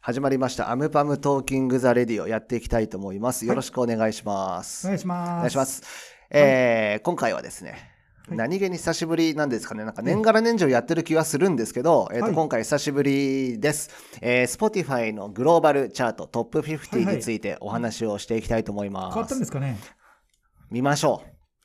始まりましたアムパムトーキングザレディをやっていきたいと思います。よろしくお願いしまおす。願いします。お願いします。えー今回はですね、はい何気に久しぶりなんですかね、なんか年がら年中やってる気はするんですけど、えーとはい今回久しぶりです、えー。Spotify のグローバルチャートトップはいは50いについてお話をしていきたいと思います。変わったんですかね。見ましょ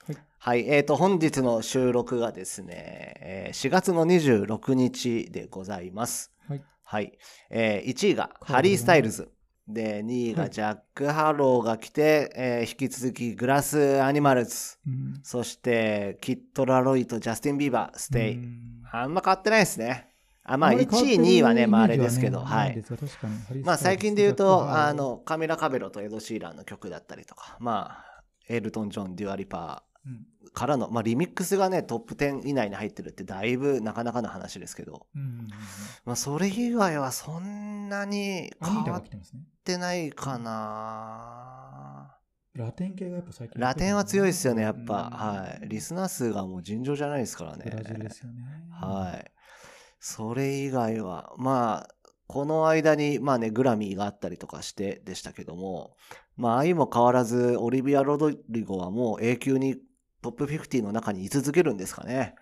う。はいはい、えっ、と、本日の収録がですね、えー4月の26日でございます。はい。はい。えー1位が変わハるねリー・スタイルズ。で、2位がジャック・ハローが来て、えー引き続きグラス・アニマルズ。うん。そして、キッド・ラロイとジャスティン・ビーバー、ステイ。うんあんま変わってないですね。あ、まあ、り1変わってる位、2位はね、まあ、あイメれーでジすけど、はないいで。すが確かにハリーまあスタ最イルズ近で言うジャッと、クハローあの、カミラ・カベロとエド・シーランの曲だったりとか、まあ、エルトン・ジョン、デュア・リパうんーからの、まあリミックスがね、トップ10以内に入ってるってだいぶなかなかの話ですけど、うん。まあそれ以外はそんなにアニ変ータわがっ来てますね。てないかなラテン系がやっぱ最近。ラテンは強いですよね、やっぱ。うんはい。リスナー数がもう尋常じゃないですからね。ブラジルですよね。はい。それ以外は、まあ、この間に、まあね、グラミーがあったりとかしてでしたけども、まあ、相も変わらず、オリビア・ロドリゴはもう永久にトップ50の中に居続けるんですかね。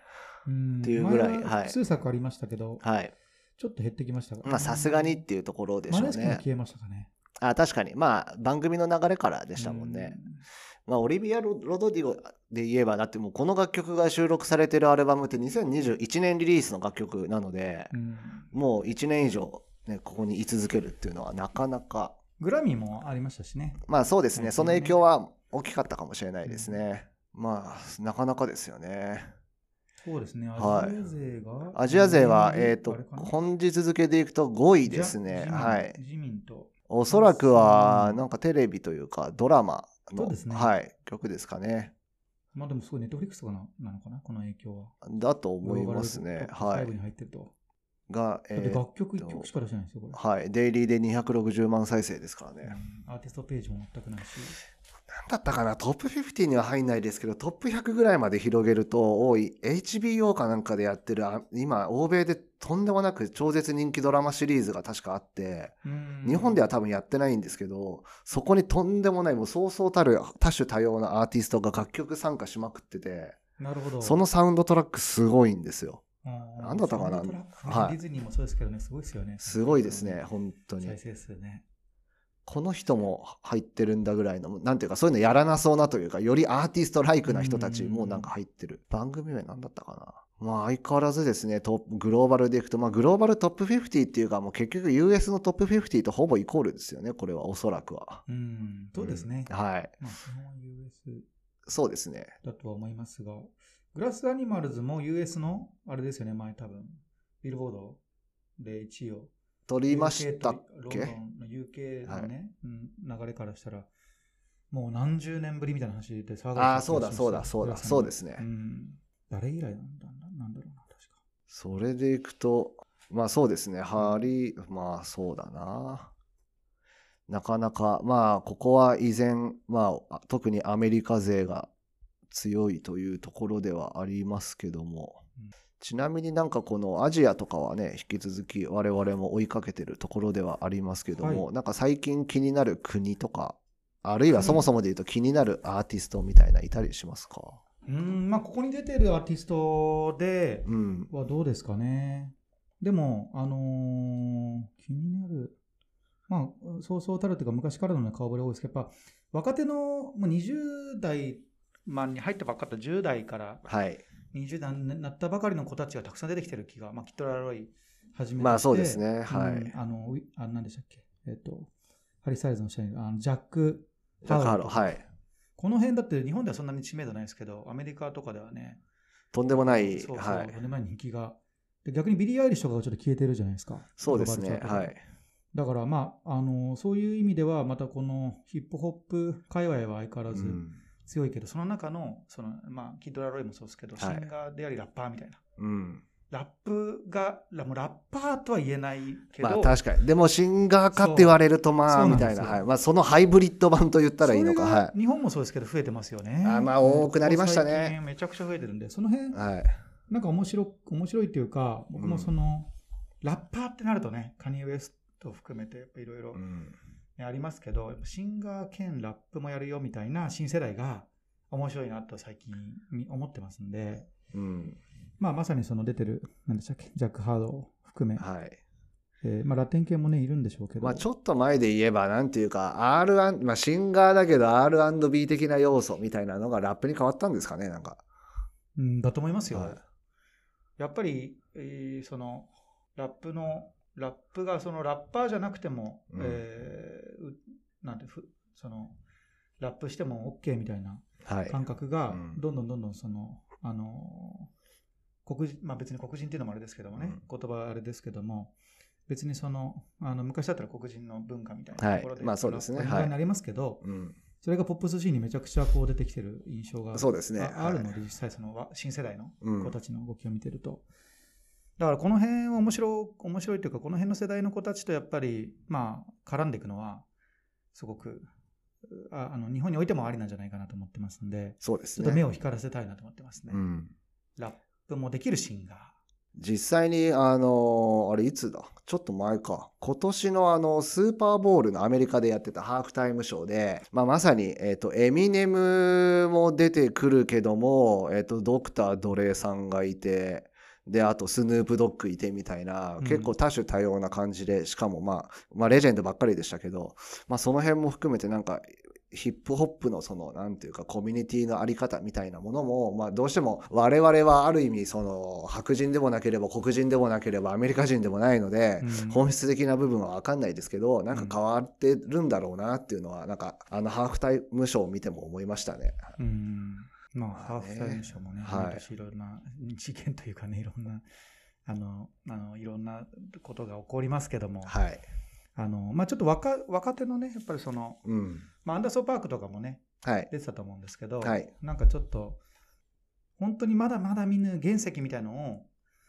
うん。っていうぐらい前はい数作ありましたけど、はい。ちょっと減ってきましたがまあ、さすがにっていうところでしマょうネスキンがね。消えましたかね。あ、確かに。まあ、番組の流れからでしたもんね。まあ、オリビア・ロロドリゴで言えば、だってもうこの楽曲が収録されてるアルバムって2021年リリースの楽曲なので、うん。うん。もう1年以上、ね、ここに居続けるっていうのはなかなか、グラミーもありましたしね。まあそうですなね、いですそよのね影響は大きかったかもしれないですね。まあ、なかなかですよね。そうですね。はいアジア勢が。アジア勢は、うんえっ、と、本日付でいくと5位ですね。じゃはい。自民と。おそらくは、うんなんかテレビというか、ドラマの、そうですねはい、曲ですかね。まあでもすごいネットフリックスかななのかなこの影響は。だと思いますね。グローバはルトップ5にい。入ってると。が、だってえー楽曲1曲しか出してないんですよ、これ。はい、デイリーで260万再生ですからね。うんアーティストページも全くないし。なんだったかなトップ50には入んないですけどトップ100ぐらいまで広げると多い HBO かなんかでやってるあ今欧米でとんでもなく超絶人気ドラマシリーズが確かあってうん日本では多分やってないんですけどそこにとんでもないもうそうそうたる多種多様なアーティストが楽曲参加しまくっててなるほど。そのサウンドトラックすごいんですようん、なんだったかなサウンドトラックねはいディズニーもそうですけどね、すごいですよね。すごいですね本当に再生数ね。この人も入ってるんだぐらいの、なんていうか、そういうのやらなそうなというか、よりアーティストライクな人たちもなんか入ってる。番組名なんだったかな。まあ相変わらずですね、トップグローバルでいくと、まあグローバルトップ50っていうか、もう結局 US のトップ50とほぼイコールですよね、これはおそらくは。うん、そうですね。うんはい。まあ、基本は US そうですね。だとは思いますが、グラスアニマルズも US の、あれですよね、前多分、ビルボードで1位を取りましたっ UK とけロンドンの UK のね、うん流れからしたら、もう何十年ぶりみたいな話で騒がれてたああ、そうだそうだそうだ、そうですすねね。う。ん。誰以来なんだなんだろうな、確か。それでいくと、まあそうですね、ハリー、まあそうだな。なかなか、まあここは依然、まあ特にアメリカ勢が強いというところではありますけどもうん、ちなみになんかこのアジアとかはね、引き続き我々も追いかけてるところではありますけども、はなんか最近気になる国とか、あるいはそもそもで言うと気になるアーティストみたいないたりしますかうん、まあ、ここに出てるアーティストでうん。はどうですかね。でも、あのー気になる。まあ、そうそうたるというか、昔からのね顔ぶれ多いですけど、やっぱ、若手の、もう20代、まあ、に入ったばっかだった10代からはい。 20代になったばかりの子たちがたくさん出てきてる気が、まあ、キットラロイはじめとしてまあそうですね、うんはい。あの、ウィあ何でしたっけ、えっと、ハリー・スタイルズの下にあのジャック・ジャックハロー、はい。この辺だって日本ではそんなに知名度ないですけど、アメリカとかではね、とんでもない、そうそう、はいと、んでもない人気が。で逆にビリー・アイリッシュとかがちょっと消えてるじゃないですか。そうですグロねー、バルチャートはでい、だからまあ、あの、そういう意味では、またこのヒップホップ界隈は相変わらずうん強いけど、その中の、その、まあ、キッド・ラロイもそうですけど、シはいンガーでありラッパーみたいな。うん、ラップが、ラもうラッパーとは言えないけど、まあ確かにでもシンガーかって言われるとまあそうみたいなそうなんですよはいまあ、そのハイブリッド版と言ったらいいのかそれがは日本もそうですけど、増えてますよね。あまあ多くなりましたねここ最近めちゃくちゃ増えてるんで、その辺い、はい、なんか面白く、面白いっていうか、僕うもんその、ラッパーってなるとね、カニエ・ウエスト含めて、やっぱいろいろうんねありますけど、やっぱシンガー兼ラップもやるよみたいな新世代が面白いなと最近み思ってますんで、うんまあまさにその出てる、なんでしたっけ、ジャック・ハードを含め、はいえーまあラテン系もね、いるんでしょうけど。まあ、ちょっと前で言えば、なんていうか、R、まあ、シンガーだけど R&B 的な要素みたいなのがラップに変わったんですかね、なんか。うん、だと思いますよ。はいやっぱり、えーそのラップのラップがそのラッパーじゃなくても、うんえーうなんてふそのラップしても OK みたいなはい。感覚がうんどんどんどんどんその、あの黒人まあ別に黒人っていうのもあれですけどもね、うん言葉はあれですけども別にそのあの昔だったら黒人の文化みたいはないところで、まあそうですねラップはいになりますけど、うん、それがポップスシーンにめちゃくちゃこう出てきてる印象がそうですね。ああるのはいで、実際そのわ新世代のうん子たちの動きを見てると。だからこの辺は面白い、面白いというか、この辺の世代の子たちとやっぱり、まあ、絡んでいくのは、すごく、うああの、日本においてもありなんじゃないかなと思ってますんで、そうでちすょっと目ね。を光らせたいなと思ってますね。うん、ラップもできるシンガー。実際に、あのーあれいつだちょっと前か。今年のあの、スーパーボールのアメリカでやってたハーフタイムショーで、まあ、まさに、えっ、と、エミネムも出てくるけども、えっ、と、ドクター・ドレイさんがいて、で、あと、スヌープ・ドッグいてみたいなう、ん結構多種多様な感じで、しかもまあ、まあ、レジェンドばっかりでしたけど、まあ、その辺も含めてなんか、ヒップホップのその、なんていうか、コミュニティのあり方みたいなものも、まあ、どうしても我々はある意味、その、白人でもなければ黒人でもなければアメリカ人でもないので、うん本質的な部分は分かんないですけど、なんか変わってるんだろうなっていうのは、なんか、あの、ハーフタイムショーを見ても思いましたね。うん。まあ、ハまあーねフタイムショーもね、はい毎年いろんな事件というかね、いろんな、あの、あのいろんなことが起こりますけども、はい。あの、まあ、ちょっと若若手のね、やっぱりその、うん。まあ、アンダーソーパークとかもね、はい。出てたと思うんですけど、はいなんかちょっと、本当にまだまだ見ぬ原石みたいのを、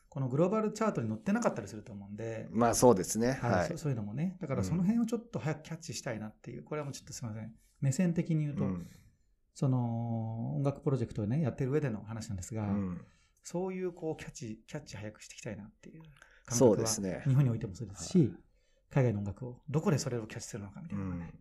このグローバルチャートに載ってなかったりすると思うんで、まあ、そうですね。はいはそい。そういうのもね、だからその辺をちょっと早くキャッチしたいなっていう、これはもうちょっとすみません、目線的に言ううと、ん。その音楽プロジェクトをね、やってる上での話なんですうが、んそういうこうキャッチ、キャッチ早くしていきたいなっていう感そう覚では、すね。日本においてもそうですし、海外の音楽を、どこでそれをキャッチするのかみたういなのがね、ん。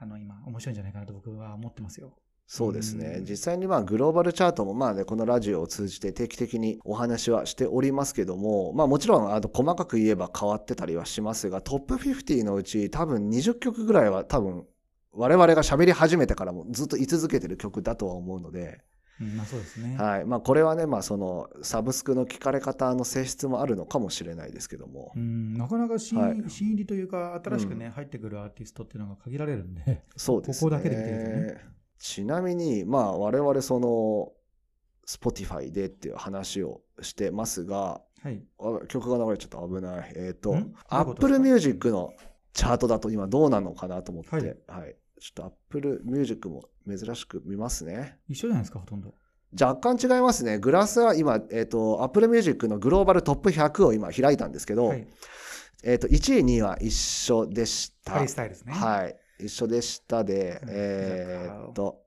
あの今、面白いんじゃないかなと僕は思ってますよ。そうですね、うん実際にまあグローバルチャートもまあねこのラジオを通じて定期的にお話はしておりますけども、まあ、もちろんあの細かく言えば変わってたりはしますがトップ50のうち多分20曲ぐらいは多分我々が喋り始めてからもずっと居続けてる曲だとは思うので、うん、まあそうですね。はいまあ、これはね、まあ、そのサブスクの聞かれ方の性質もあるのかもしれないですけどもう、ん、なかなか新,、はい新入りというか、新しくね、う入ってくるアーティストっていうのが限られるんで、そうですね。ここだけで見てるとねちなみに、まあ、我々その Spotify でっていう話をしてますが、 はい。あ曲が流れちゃった危ない。えっ、んとどういう、ことで Apple すか Music のチャートだと今どうなのかなと思って、ははいい、ちょっと Apple Music も珍しく見ますね。一緒じゃないですか、ほとんど。若干違いますね。グラスは今、えっ、と、Apple Music のグローバルトップ100を今開いたんですけど、はい。えっ、と、1位、2位は一緒でした。ハリースタイルですね。はい。一緒でしたで、うんえーっと、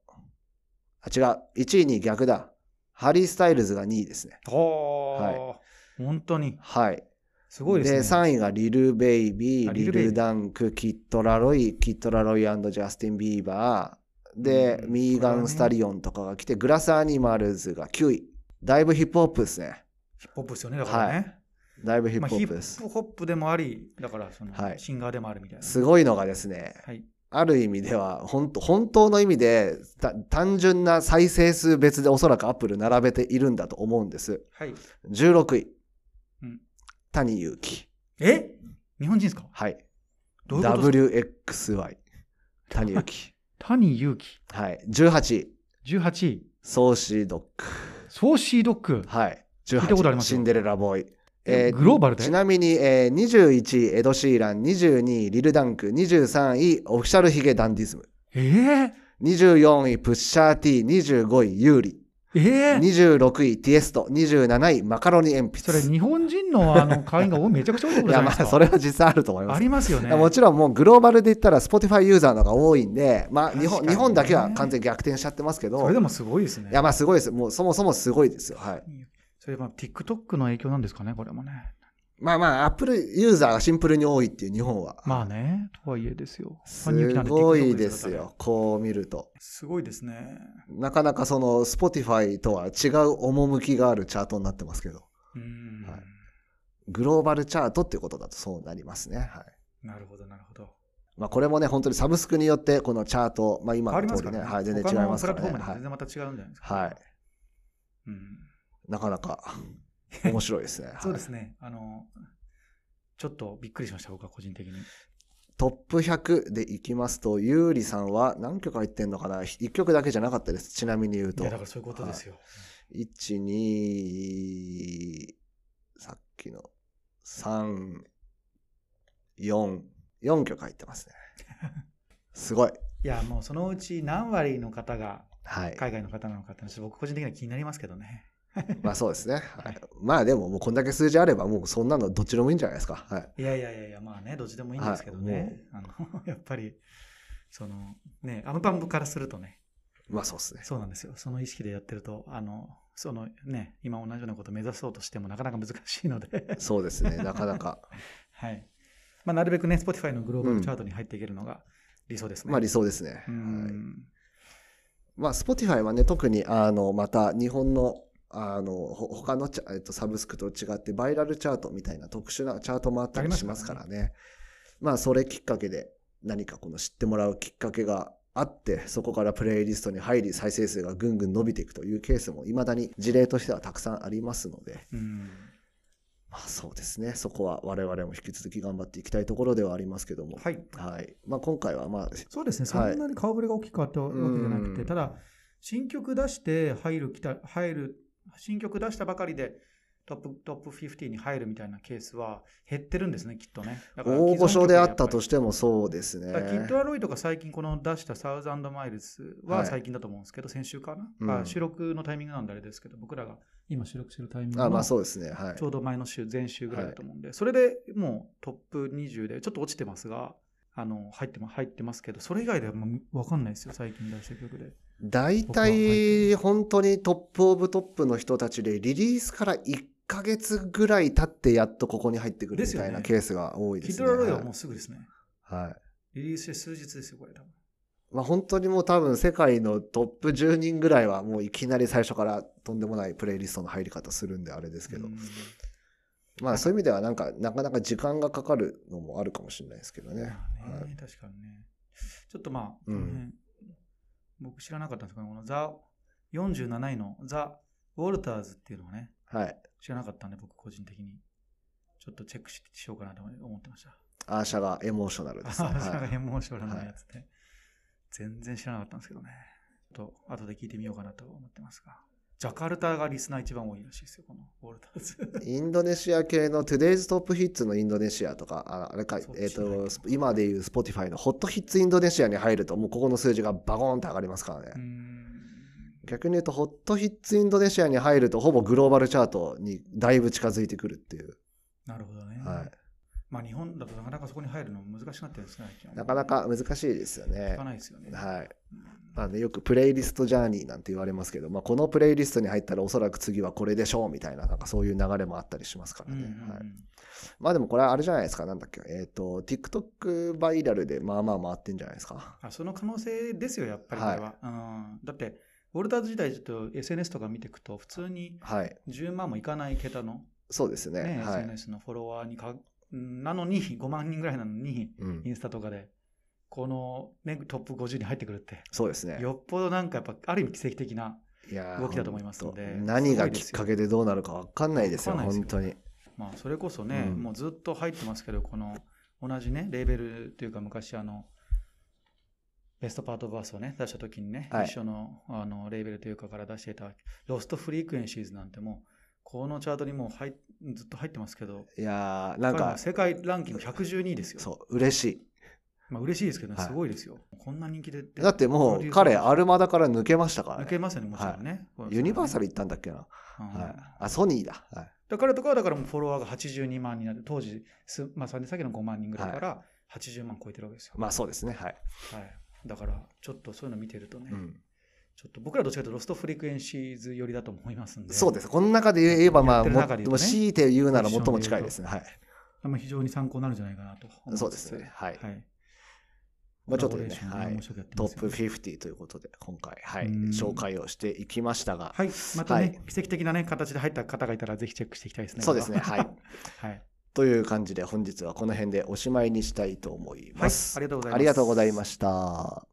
あ、違う。1位に逆だ。ハリー・スタイルズが2位ですね。ほーは本当に。はい。すごいですね。 3位がリル・ベイビあー、リリルル・ベイビーダンク、キット・ラロイ、キット・ラロイジャスティン・ビーバー、で、うんミーガン・スタリオンとかが来て、グラス・アニマルズが9位。だいぶヒップホップですね。ヒップホップですよね、だからね。だいぶヒッまプあホヒップです。ップホップでもあり、だからその、はいシンガーでもあるみたいな。すごいのがですね、はい。ある意味では本当本当の意味でた単純な再生数別でおそらくアップル並べているんだと思うんですはい。 16位、うん谷祐希え日本人ですかはいどういうことですか WXY 谷祐希谷祐希、はい18位18位。ソーシードックソーシードッグ。はい聞いたことあ18りま位すシよンデレラボーイええーグローバルでちなみに、えー21位エド・シーラン22位リル・ダンク23位オフィシャルヒゲ・ダンディズムえー、 24位プッシャー T25 位ユーリえー、 26位、ティエスト。27位、マカロニ鉛筆。それ日本人のあの会員がおめちゃくちゃ多いってこいとじゃや、ないまであすか。、それは実際あると思いまあす。りますよね。もちろんもうグローバルで言ったら Spotify ユーザーのが多いんで、まあ日確かに本ね日本だけは完全に逆転しちゃってますけど、それでもすごいですね。いやまあすごいです。もうそもそもすごいですよ。はい。それまあ TikTok の影響なんですかね、これもね。まあまあ、アップルユーザーがシンプルに多いっていう日本は。まあね、とはいえですよ。すごいですよ、こう見ると。すごいですね。なかなかその Spotify とは違う趣があるチャートになってますけど、うん、はいグローバルチャートっていうことだとそうなりますね。はい。なるほど、なるほど。まあこれもね、本当にサブスクによってこのチャート、まあ今変わりのます通かりらね、ね。はい、全然違いますからね。他のプラットフォームではい全然また違うんじゃないですか。はい。うんなかなか面白いで すね。そうですはいね。あの、ちょっとびっくりしました、僕は個人的に。トップ100でいきますと、ゆうりさんは何曲入ってんのかな ?1 曲だけじゃなかったです。ちなみに言ういとや、。だからそういうことですよ。 1、2、さっきの3、4、4曲入ってます ね。すごい。いや、もうそのうち何割の方がはい。海外の方なのかっていうのはちょっと僕個人的には気になりますけどね。まあそうですね。はい、まあでも、もうこんだけ数字あれば、もうそんなのどっちでもいいんじゃないですか。はい。いやいやいやいや、まあね、どっちでもいいんですけどね。あの やっぱり、その、ね、アムパン部からするとね、まあそうですね。そうなんですよ。その意識でやってると、あの、そのね、今同じようなことを目指そうとしてもなかなか難しいので、 そうですね。なかな か。はい。まあ、なるべくね、Spotify のグローバルチャートに入っていけるのが理想ですね。まあ理想ですね。うはいん。まあ、Spotify はね、特に、あの、また日本の、あの、ほ他のチャ、えっと、サブスクと違って、バイラルチャートみたいな特殊なチャートもあったりしますからね。まあ、それきっかけで、何かこの知ってもらうきっかけがあって、そこからプレイリストに入り、再生数がぐんぐん伸びていくというケースも、未だに事例としてはたくさんありますので、うん。まあ、そうですね。そこは我々も引き続き頑張っていきたいところではありますけども。はい。はい。まあ、今回は、まあ、そうですね、そはいんなに顔ぶれが大きく変わったわけじゃなくて、うんただ、新曲出して入る、きた入る、新曲出したばかりで、トップトップ50に入るみたいなケースは減ってるんですね、きっとね。だから大御所であったとして。してもそうですね。だからキッド・アロイとか最近この出したサウザンド・マイルズははい最近だと思うんですけど、先週かな、うんあ収録のタイミングなんであれですけど、僕らが今収録してるタイミングあ、まのあ、ちそうですね。はい。ょうど前の週、前週ぐらいだと思うんで、それでもうトップ20でちょっと落ちてますが、あの入っても入ってますけど、それ以外ではもう分かんないですよ、最近出した曲で。大僕は入って体本当にトップオブトップの人たちでリリースから1ヶ月ぐらい経ってやっとここに入ってくるでみすよたいねなケースが多いでキッすド・ね。ラロイははもいうすぐですね。はいリリースして数日ですよ、これ多分。まあ、本当にもう多分世界のトップ10人ぐらいはもういきなり最初からとんでもないプレイリストの入り方するんであれですけど、うんまあそういう意味ではなんかなかなか時間がかかるのもあるかもしれないですけどね。まあねはい確かにね。ちょっとまあ、うんこの辺僕知らなかったんですけど、このザ、47位のザ・ウォルターズっていうのをね、はい。知らなかったんで、僕個人的に。ちょっとチェックししようかなと思ってました。アーシャがエモーショナルあですね。それはがい、変毛症のやつね、全然知らなかったんですけどね。ちょっと後で聞いてみようかなと思ってますが。ジャカルタがリスナー一番多いらしいですよ、このウォルターズ。インドネシア系の Today's Top Hits のインドネシアとか、ああれかそ、うえっ、知らないと、スポ今でいう Spotify の Hot Hits インドネシアに入ると、もうここの数字がバゴーンと上がりますからね。うーん逆に言うと、Hot Hits インドネシアに入ると、ほぼグローバルチャートにだいぶ近づいてくるっていう。なるほどね。はいまあ日本だとなかなかそこに入るの難しくなってるんですね、最近はなかなか難しいですよ聞ねか。ないですよね。はい。うんまあね、よくプレイリストジャーニーなんて言われますけど、まあ、このプレイリストに入ったらおそらく次はこれでしょうみたいな、なんかそういう流れもあったりしますからうんうんね。うんはい、まあでもこれはあれじゃないですか、なんだっけ、えっ、と、TikTok バイラルでまあまあ回ってんじゃないですか。あその可能性ですよ、やっぱりこはいれは。うん、だって、ウォルターズ時代、ちょっと SNS とか見ていくと、普通にはい。 10万もいかない桁の、そうですね。ねはい。 SNS のフォロワーにか、なのに、5万人 ぐらいなのに、うんイ。ンスタとかで、この、ね、トップ50に入ってくるって、そうですね。よっぽどなんかやっぱ、ある意味奇跡的な、いやー動きだと思いますので本当何がきっかけでどうなるかわかんないですよ、わかんない本です当よに。まあ、それこそね、うんもうずっと入ってますけど、この、同じね、レーベルというか、昔、あの、ベストパートバースをね、出した時にね、はい一緒のあのレーベルというかから出していた、ロストフリークエンシーズなんてもう、このチャートにもう入っずっと入ってますけど、いやーなん彼かは、世界ランキング112位ですよ。そう、嬉しまあ嬉しいですけどね、はいすごいですよ。こんな人気で。い。だってもう、彼、アルマダから抜けましたから、ね。抜けますよね、もちろんね。これユニバーサルうん行ったんだっけな。はいだ。あ、ソニーだ。はい。からとかは、だからもうフォロワーが82万になって、当時、すまあ、さっきの5万人ぐらいから80万超えてるわけですよ。まあそうですね、はい。はい。だから、ちょっとそういうの見てるとね、うん。ちょっと僕らどっちかというとロストフリクエンシーズ寄りだと思いますんで、そうです。この中で言えば、まやあ、ってるも中で言もうとねう強いて言うなら最も近いですね。はい。あんま非常に参考になるんじゃないかなと思います。そうですね。はい。はい。まあ、ちょっとね、コラボはレーションい面。白くやってトッますよプ50ということで、今回、はい、うん紹介をしていきましたが、はい。またね、はい奇跡的なね、形で入った方がいたら、ぜひチェックしていきたいですね。そうですねはいはい。という感じで本日はこの辺でおしまいにしたいと思いはいま。す。ありがとうございます。ありがとうございました。